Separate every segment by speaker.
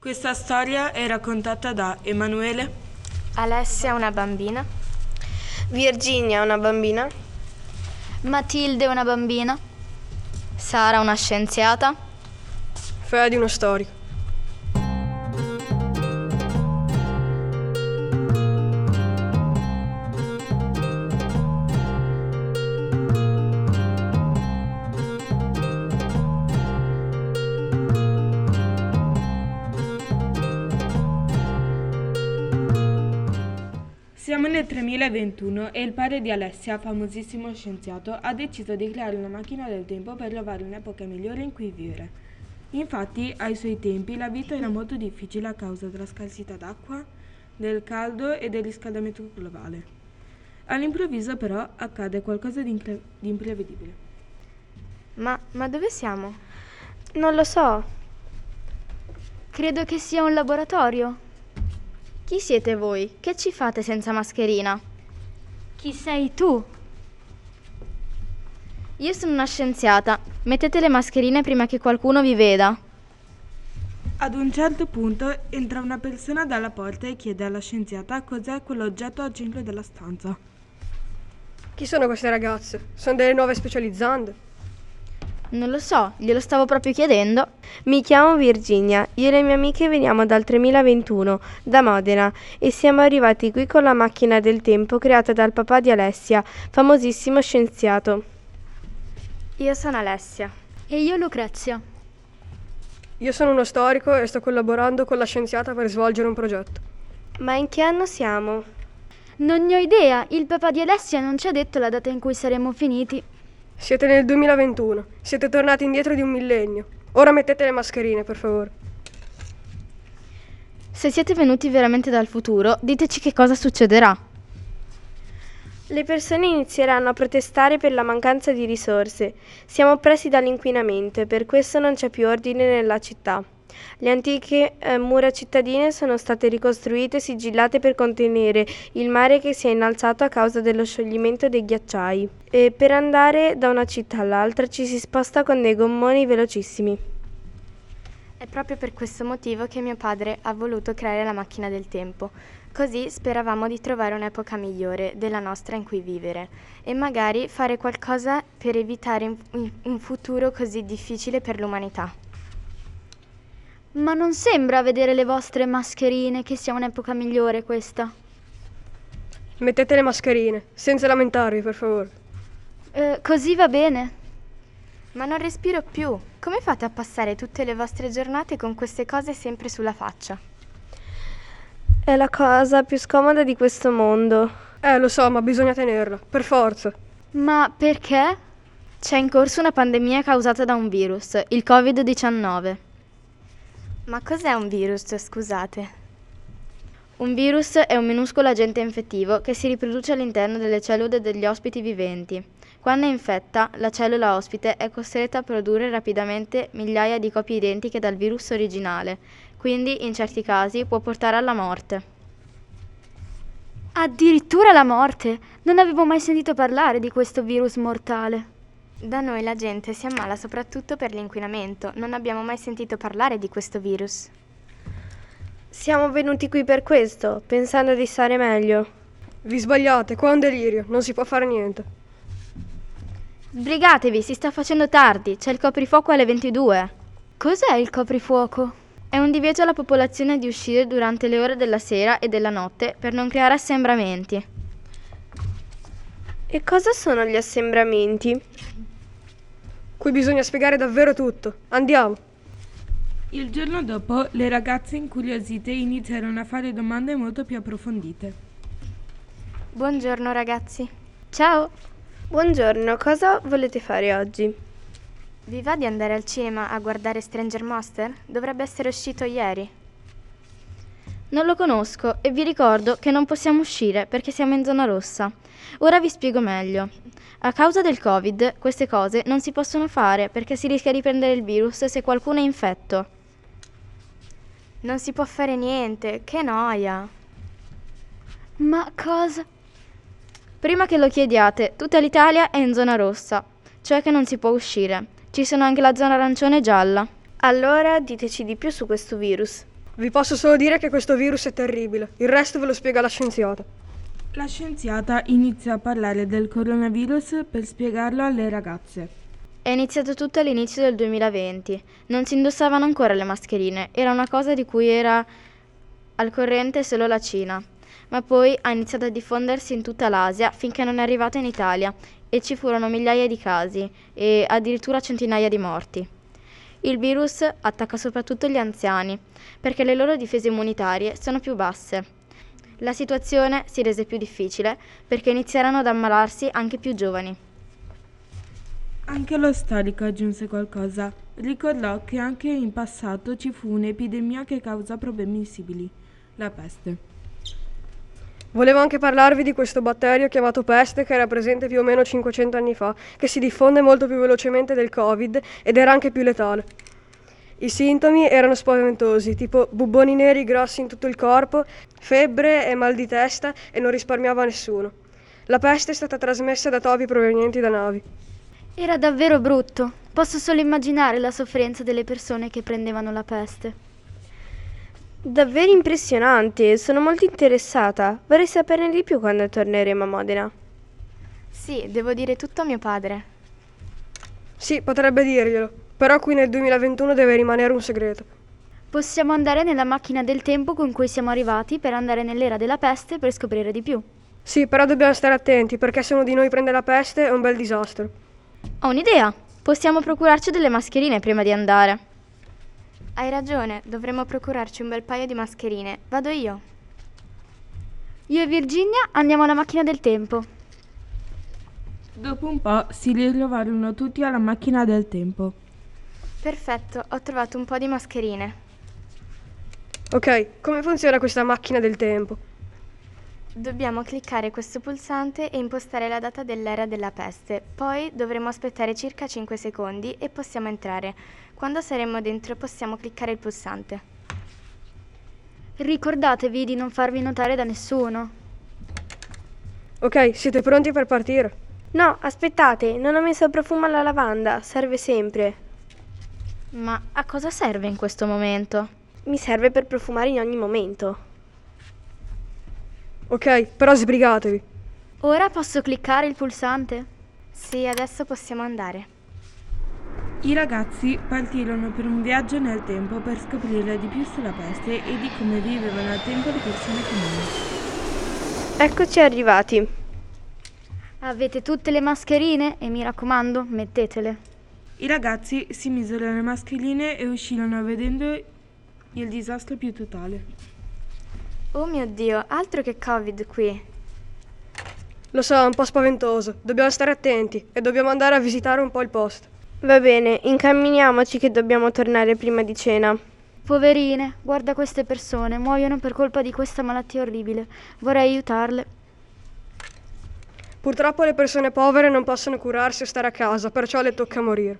Speaker 1: Questa storia è raccontata da Emanuele,
Speaker 2: Alessia, una bambina.
Speaker 3: Virginia, una bambina.
Speaker 4: Matilde, una bambina.
Speaker 2: Sara, una scienziata.
Speaker 3: Freddy, uno storico.
Speaker 1: Siamo nel 3021 e il padre di Alessia, famosissimo scienziato, ha deciso di creare una macchina del tempo per trovare un'epoca migliore in cui vivere. Infatti, ai suoi tempi la vita era molto difficile a causa della scarsità d'acqua, del caldo e del riscaldamento globale. All'improvviso però accade qualcosa di, incre- di imprevedibile.
Speaker 2: Ma, ma dove siamo? Non lo so.
Speaker 4: Credo che sia un laboratorio.
Speaker 2: Chi siete voi? Che ci fate senza mascherina?
Speaker 4: Chi sei tu?
Speaker 2: Io sono una scienziata. Mettete le mascherine prima che qualcuno vi veda.
Speaker 1: Ad un certo punto entra una persona dalla porta e chiede alla scienziata cos'è quell'oggetto al centro della stanza.
Speaker 3: Chi sono queste ragazze? Sono delle nuove specializzande.
Speaker 2: Non lo so, glielo stavo proprio chiedendo.
Speaker 5: Mi chiamo Virginia, io e le mie amiche veniamo dal 3021, da Modena, e siamo arrivati qui con la macchina del tempo creata dal papà di Alessia, famosissimo scienziato.
Speaker 2: Io sono Alessia.
Speaker 4: E io Lucrezia.
Speaker 3: Io sono uno storico e sto collaborando con la scienziata per svolgere un progetto.
Speaker 5: Ma in che anno siamo?
Speaker 4: Non ne ho idea, il papà di Alessia non ci ha detto la data in cui saremmo finiti.
Speaker 3: Siete nel 2021, siete tornati indietro di un millennio. Ora mettete le mascherine, per favore.
Speaker 2: Se siete venuti veramente dal futuro, diteci che cosa succederà.
Speaker 5: Le persone inizieranno a protestare per la mancanza di risorse. Siamo oppressi dall'inquinamento e per questo non c'è più ordine nella città. Le antiche eh, mura cittadine sono state ricostruite e sigillate per contenere il mare che si è innalzato a causa dello scioglimento dei ghiacciai. E per andare da una città all'altra ci si sposta con dei gommoni velocissimi.
Speaker 2: È proprio per questo motivo che mio padre ha voluto creare la macchina del tempo. Così speravamo di trovare un'epoca migliore della nostra in cui vivere e magari fare qualcosa per evitare un- un- un futuro così difficile per l'umanità.
Speaker 4: Ma non sembra vedere le vostre mascherine che sia un'epoca migliore questa.
Speaker 3: Mettete le mascherine, senza lamentarvi, per favore.
Speaker 4: Eh, così va bene.
Speaker 2: Ma non respiro più. Come fate a passare tutte le vostre giornate con queste cose sempre sulla faccia?
Speaker 5: È la cosa più scomoda di questo mondo.
Speaker 3: Eh, lo so, ma bisogna tenerla, per forza.
Speaker 4: Ma perché?
Speaker 2: C'è in corso una pandemia causata da un virus, il Covid-19. Ma cos'è un virus, scusate? Un virus è un minuscolo agente infettivo che si riproduce all'interno delle cellule degli ospiti viventi. Quando è infetta, la cellula ospite è costretta a produrre rapidamente migliaia di copie identiche dal virus originale, quindi in certi casi può portare alla morte.
Speaker 4: Addirittura la morte. Non avevo mai sentito parlare di questo virus mortale.
Speaker 2: Da noi la gente si ammala soprattutto per l'inquinamento, non abbiamo mai sentito parlare di questo virus.
Speaker 5: Siamo venuti qui per questo, pensando di stare meglio.
Speaker 3: Vi sbagliate, qua è un delirio, non si può fare niente.
Speaker 2: Sbrigatevi, si sta facendo tardi, c'è il coprifuoco alle 22.
Speaker 4: Cos'è il coprifuoco?
Speaker 2: È un divieto alla popolazione di uscire durante le ore della sera e della notte per non creare assembramenti.
Speaker 5: E cosa sono gli assembramenti?
Speaker 3: Qui bisogna spiegare davvero tutto. Andiamo.
Speaker 1: Il giorno dopo le ragazze incuriosite iniziarono a fare domande molto più approfondite.
Speaker 2: Buongiorno ragazzi. Ciao,
Speaker 5: Buongiorno, cosa volete fare oggi?
Speaker 2: vi va di andare al cinema a guardare Stranger Monster? Dovrebbe essere uscito ieri. Non lo conosco e vi ricordo che non possiamo uscire perché siamo in zona rossa. Ora vi spiego meglio. A causa del Covid queste cose non si possono fare perché si rischia di prendere il virus se qualcuno è infetto. Non si può fare niente, che noia.
Speaker 4: Ma cosa?
Speaker 2: Prima che lo chiediate, tutta l'Italia è in zona rossa, cioè che non si può uscire. Ci sono anche la zona arancione e gialla.
Speaker 5: Allora diteci di più su questo virus.
Speaker 3: Vi posso solo dire che questo virus è terribile, il resto ve lo spiega la scienziata.
Speaker 1: La scienziata inizia a parlare del coronavirus per spiegarlo alle ragazze.
Speaker 2: È iniziato tutto all'inizio del 2020. Non si indossavano ancora le mascherine, era una cosa di cui era al corrente solo la Cina. Ma poi ha iniziato a diffondersi in tutta l'Asia finché non è arrivata in Italia e ci furono migliaia di casi e addirittura centinaia di morti. Il virus attacca soprattutto gli anziani perché le loro difese immunitarie sono più basse. La situazione si rese più difficile perché iniziarono ad ammalarsi anche più giovani.
Speaker 1: Anche lo storico aggiunse qualcosa. Ricordò che anche in passato ci fu un'epidemia che causa problemi simili, la peste.
Speaker 3: Volevo anche parlarvi di questo batterio chiamato peste che era presente più o meno 500 anni fa, che si diffonde molto più velocemente del Covid ed era anche più letale. I sintomi erano spaventosi, tipo bubboni neri grossi in tutto il corpo, febbre e mal di testa e non risparmiava nessuno. La peste è stata trasmessa da topi provenienti da navi.
Speaker 4: Era davvero brutto. Posso solo immaginare la sofferenza delle persone che prendevano la peste.
Speaker 5: Davvero impressionante, sono molto interessata. Vorrei saperne di più quando torneremo a Modena.
Speaker 2: Sì, devo dire tutto a mio padre.
Speaker 3: Sì, potrebbe dirglielo, però qui nel 2021 deve rimanere un segreto.
Speaker 4: Possiamo andare nella macchina del tempo con cui siamo arrivati per andare nell'era della peste per scoprire di più.
Speaker 3: Sì, però dobbiamo stare attenti perché se uno di noi prende la peste è un bel disastro.
Speaker 2: Ho un'idea! Possiamo procurarci delle mascherine prima di andare. Hai ragione, dovremmo procurarci un bel paio di mascherine. Vado io.
Speaker 4: Io e Virginia andiamo alla macchina del tempo.
Speaker 1: Dopo un po' si ritrovarono tutti alla macchina del tempo.
Speaker 2: Perfetto, ho trovato un po' di mascherine.
Speaker 3: Ok, come funziona questa macchina del tempo?
Speaker 2: Dobbiamo cliccare questo pulsante e impostare la data dell'era della peste, poi dovremo aspettare circa 5 secondi e possiamo entrare. Quando saremo dentro possiamo cliccare il pulsante.
Speaker 4: Ricordatevi di non farvi notare da nessuno.
Speaker 3: Ok, siete pronti per partire?
Speaker 5: No, aspettate, non ho messo il profumo alla lavanda, serve sempre.
Speaker 2: Ma a cosa serve in questo momento?
Speaker 5: Mi serve per profumare in ogni momento.
Speaker 3: Ok, però sbrigatevi.
Speaker 4: Ora posso cliccare il pulsante?
Speaker 2: Sì, adesso possiamo andare.
Speaker 1: I ragazzi partirono per un viaggio nel tempo per scoprire di più sulla peste e di come vivevano al tempo le persone comuni.
Speaker 5: Eccoci arrivati.
Speaker 4: Avete tutte le mascherine e mi raccomando, mettetele.
Speaker 1: I ragazzi si misero le mascherine e uscirono vedendo il disastro più totale.
Speaker 2: Oh mio Dio, altro che Covid qui.
Speaker 3: Lo so, è un po' spaventoso. Dobbiamo stare attenti e dobbiamo andare a visitare un po' il posto.
Speaker 5: Va bene, incamminiamoci che dobbiamo tornare prima di cena.
Speaker 4: Poverine, guarda queste persone, muoiono per colpa di questa malattia orribile. Vorrei aiutarle.
Speaker 3: Purtroppo le persone povere non possono curarsi o stare a casa, perciò le tocca morire.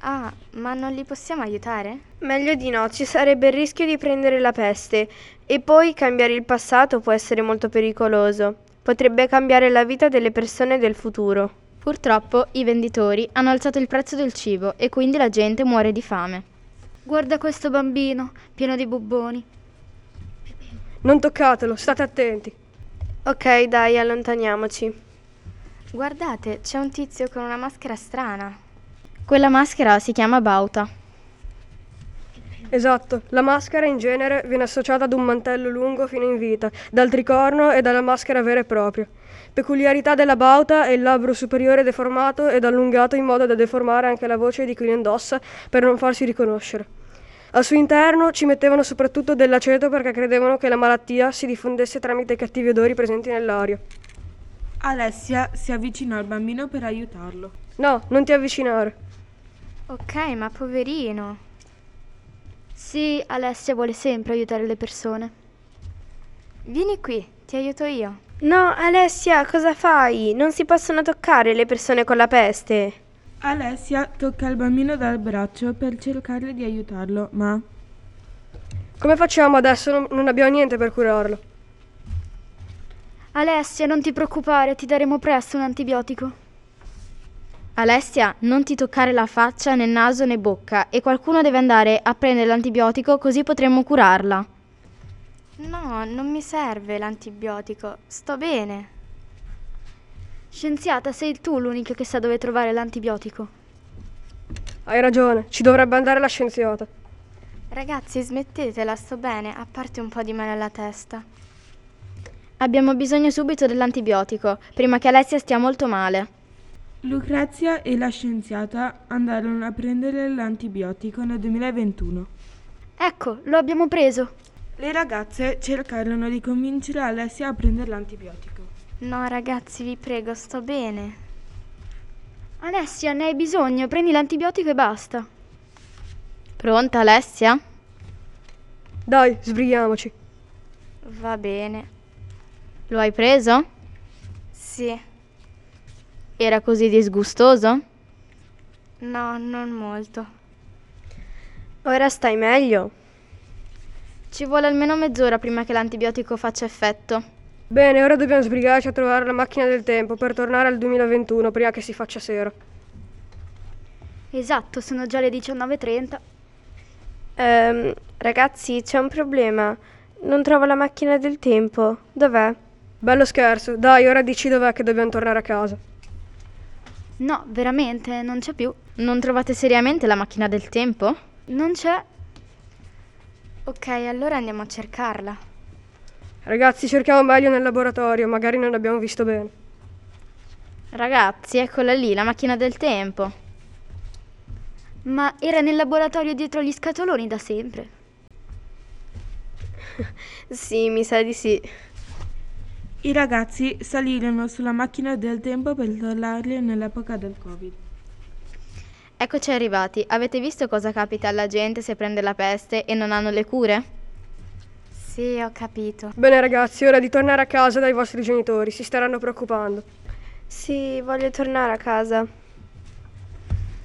Speaker 2: Ah, ma non li possiamo aiutare?
Speaker 5: Meglio di no, ci sarebbe il rischio di prendere la peste e poi cambiare il passato può essere molto pericoloso. Potrebbe cambiare la vita delle persone del futuro.
Speaker 2: Purtroppo i venditori hanno alzato il prezzo del cibo e quindi la gente muore di fame.
Speaker 4: Guarda questo bambino, pieno di bubboni.
Speaker 3: Non toccatelo, state attenti.
Speaker 5: Ok, dai, allontaniamoci.
Speaker 2: Guardate, c'è un tizio con una maschera strana. Quella maschera si chiama Bauta.
Speaker 3: Esatto, la maschera in genere viene associata ad un mantello lungo fino in vita, dal tricorno e dalla maschera vera e propria. Peculiarità della bauta è il labbro superiore deformato ed allungato in modo da deformare anche la voce di chi lo indossa per non farsi riconoscere. Al suo interno ci mettevano soprattutto dell'aceto perché credevano che la malattia si diffondesse tramite i cattivi odori presenti nell'aria.
Speaker 1: Alessia si avvicinò al bambino per aiutarlo.
Speaker 3: No, non ti avvicinare.
Speaker 2: Ok, ma poverino.
Speaker 4: Sì, Alessia vuole sempre aiutare le persone.
Speaker 2: Vieni qui, ti aiuto io.
Speaker 5: No, Alessia, cosa fai? Non si possono toccare le persone con la peste.
Speaker 1: Alessia tocca il bambino dal braccio per cercare di aiutarlo, ma
Speaker 3: Come facciamo adesso? Non- Non abbiamo niente per curarlo.
Speaker 4: Alessia, non ti preoccupare, ti daremo presto un antibiotico.
Speaker 2: Alessia, non ti toccare la faccia né naso né bocca e qualcuno deve andare a prendere l'antibiotico così potremmo curarla.
Speaker 4: No, non mi serve l'antibiotico. Sto bene. Scienziata, sei tu l'unica che sa dove trovare l'antibiotico.
Speaker 3: Hai ragione, ci dovrebbe andare la scienziata.
Speaker 4: Ragazzi, smettetela, sto bene, a parte un po' di male alla testa.
Speaker 2: Abbiamo bisogno subito dell'antibiotico, prima che Alessia stia molto male.
Speaker 1: Lucrezia e la scienziata andarono a prendere l'antibiotico nel 2021.
Speaker 4: Ecco, lo abbiamo preso.
Speaker 1: Le ragazze cercarono di convincere Alessia a prendere l'antibiotico.
Speaker 4: No, ragazzi, vi prego, sto bene. Alessia, ne hai bisogno, prendi l'antibiotico e basta.
Speaker 2: Pronta Alessia?
Speaker 3: Dai, sbrighiamoci.
Speaker 4: Va bene.
Speaker 2: Lo hai preso?
Speaker 4: Sì.
Speaker 2: Era così disgustoso?
Speaker 4: No, non molto.
Speaker 5: Ora stai meglio.
Speaker 2: Ci vuole almeno mezz'ora prima che l'antibiotico faccia effetto.
Speaker 3: Bene, ora dobbiamo sbrigarci a trovare la macchina del tempo per tornare al 2021 prima che si faccia sera.
Speaker 4: Esatto, sono già le 19.30.
Speaker 5: Ehm, ragazzi, c'è un problema. Non trovo la macchina del tempo. Dov'è?
Speaker 3: Bello scherzo, dai, ora dici dov'è che dobbiamo tornare a casa.
Speaker 4: No, veramente, non c'è più.
Speaker 2: Non trovate seriamente la macchina del tempo?
Speaker 4: Non c'è. Ok, allora andiamo a cercarla.
Speaker 3: Ragazzi, cerchiamo meglio nel laboratorio, magari non abbiamo visto bene.
Speaker 2: Ragazzi, eccola lì, la macchina del tempo.
Speaker 4: Ma era nel laboratorio dietro gli scatoloni da sempre.
Speaker 5: Sì, mi sa di sì.
Speaker 1: I ragazzi salirono sulla macchina del tempo per tornare nell'epoca del Covid.
Speaker 2: Eccoci arrivati. Avete visto cosa capita alla gente se prende la peste e non hanno le cure?
Speaker 4: Sì, ho capito.
Speaker 3: Bene ragazzi, ora di tornare a casa dai vostri genitori, si staranno preoccupando.
Speaker 5: Sì, voglio tornare a casa.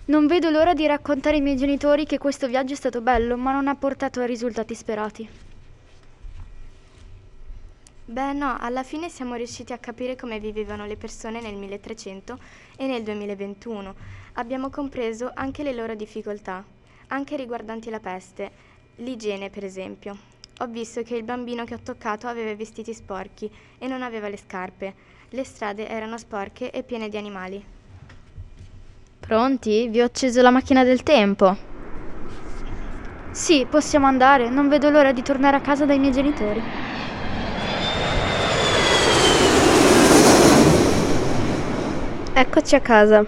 Speaker 4: Non vedo l'ora di raccontare ai miei genitori che questo viaggio è stato bello, ma non ha portato ai risultati sperati.
Speaker 5: Beh, no, alla fine siamo riusciti a capire come vivevano le persone nel 1300 e nel 2021. Abbiamo compreso anche le loro difficoltà, anche riguardanti la peste, l'igiene per esempio. Ho visto che il bambino che ho toccato aveva i vestiti sporchi e non aveva le scarpe. Le strade erano sporche e piene di animali.
Speaker 2: Pronti? Vi ho acceso la macchina del tempo.
Speaker 4: Sì, possiamo andare, non vedo l'ora di tornare a casa dai miei genitori.
Speaker 5: Eccoci a casa.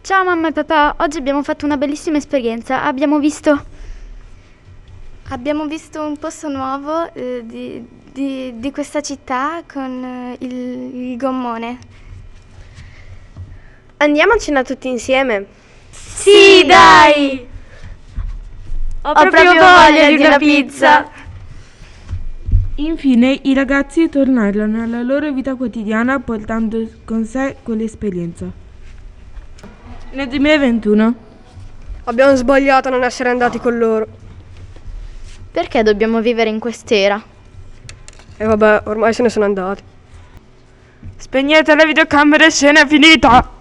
Speaker 4: Ciao mamma e papà, oggi abbiamo fatto una bellissima esperienza, abbiamo visto...
Speaker 5: Abbiamo visto un posto nuovo eh, di, di- di questa città con eh, il, il gommone. Andiamo a cena tutti insieme.
Speaker 6: Sì, dai! Ho proprio, voglia di una pizza.
Speaker 1: Infine i ragazzi tornarono alla loro vita quotidiana portando con sé quell'esperienza. Nel 2021
Speaker 3: Abbiamo sbagliato a non essere andati con loro.
Speaker 2: Perché dobbiamo vivere in quest'era?
Speaker 3: E vabbè, ormai se ne sono andati.
Speaker 6: Spegnete la videocamera, scena finita!